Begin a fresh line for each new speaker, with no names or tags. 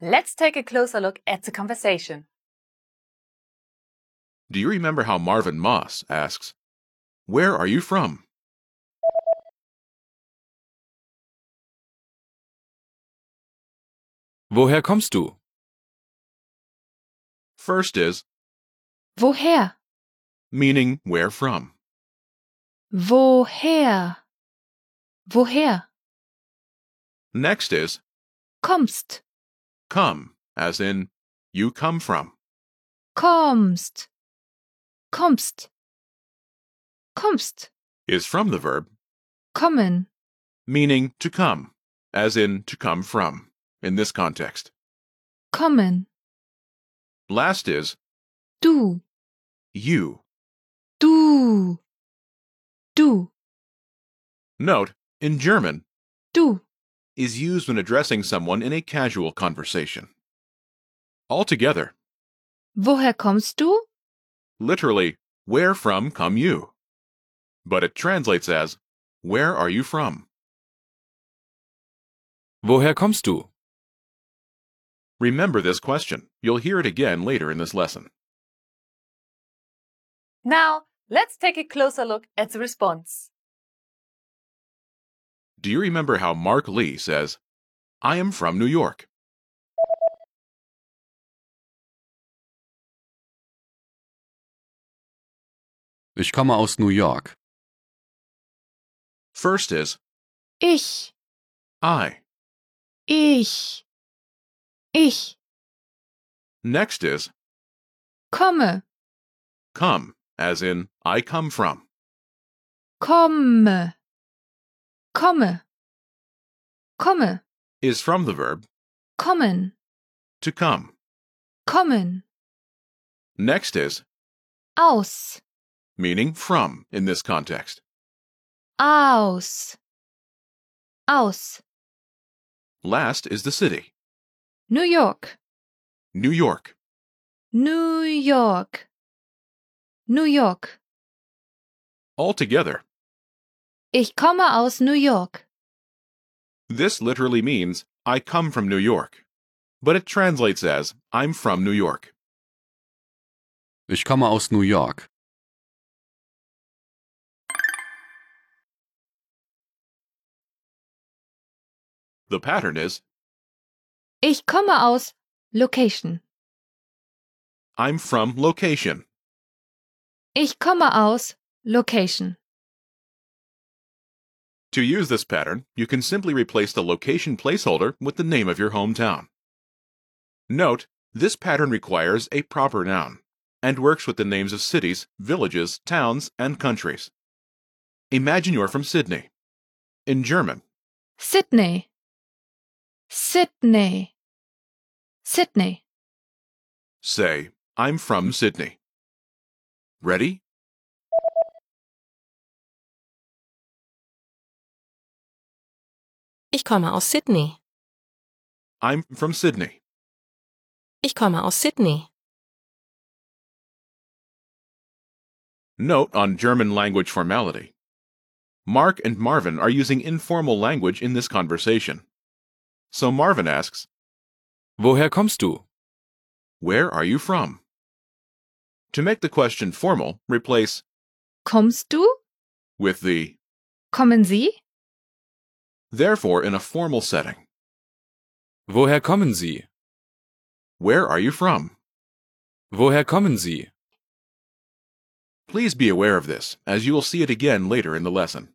Let's take a closer look at the conversation.
Do you remember how Marvin Moss asks, Where are you from?
Woher kommst du?
First is,
Woher?
meaning where from.
Woher? Woher
Next is,
kommst?
come, as in, you come from.
Kommst. Kommst. Kommst.
Is from the verb,
Kommen.
meaning to come, as in to come from, in this context.
Kommen.
Last is,
Du.
you.
Du. Du.
Note, in German,
Du.
is used when addressing someone in a casual conversation. Altogether,
Woher kommst du?
literally, where from come you? But it translates as, where are you from?
Woher kommst du?
Remember this question. You'll hear it again later in this lesson.
Now, let's take a closer look at the response.
Do you remember how Mark Lee says, I am from New York?
Ich komme aus New York.
First is,
Ich.
I.
Ich. Ich
Next is,
komme.
come, as in, I come from.
Komme. Komme. Komme.
Is from the verb,
Kommen.
to come.
Kommen.
Next is,
Aus.
meaning from, in this context.
Aus. Aus.
Last is the city,
New York.
New York.
New York. New York.
Altogether,
Ich komme aus New York.
this literally means, I come from New York. But it translates as, I'm from New York.
Ich komme aus New York.
The pattern is,
Ich komme aus Location.
I'm from location.
Ich komme aus Location.
To use this pattern, you can simply replace the location placeholder with the name of your hometown. Note, this pattern requires a proper noun and works with the names of cities, villages, towns, and countries. Imagine you're from Sydney. In German,
Sydney. Sydney. Sydney.
say, I'm from Sydney. Ready?
Ich komme aus Sydney.
I'm from Sydney.
Ich komme aus Sydney.
Note on German language formality. Mark and Marvin are using informal language in this conversation. So Marvin asks,
Woher kommst du?
Where are you from? To make the question formal, replace
Kommst du?
with the
Kommen Sie?
therefore in a formal setting.
Woher kommen Sie?
Where are you from?
Woher kommen Sie?
Please be aware of this, as you will see it again later in the lesson.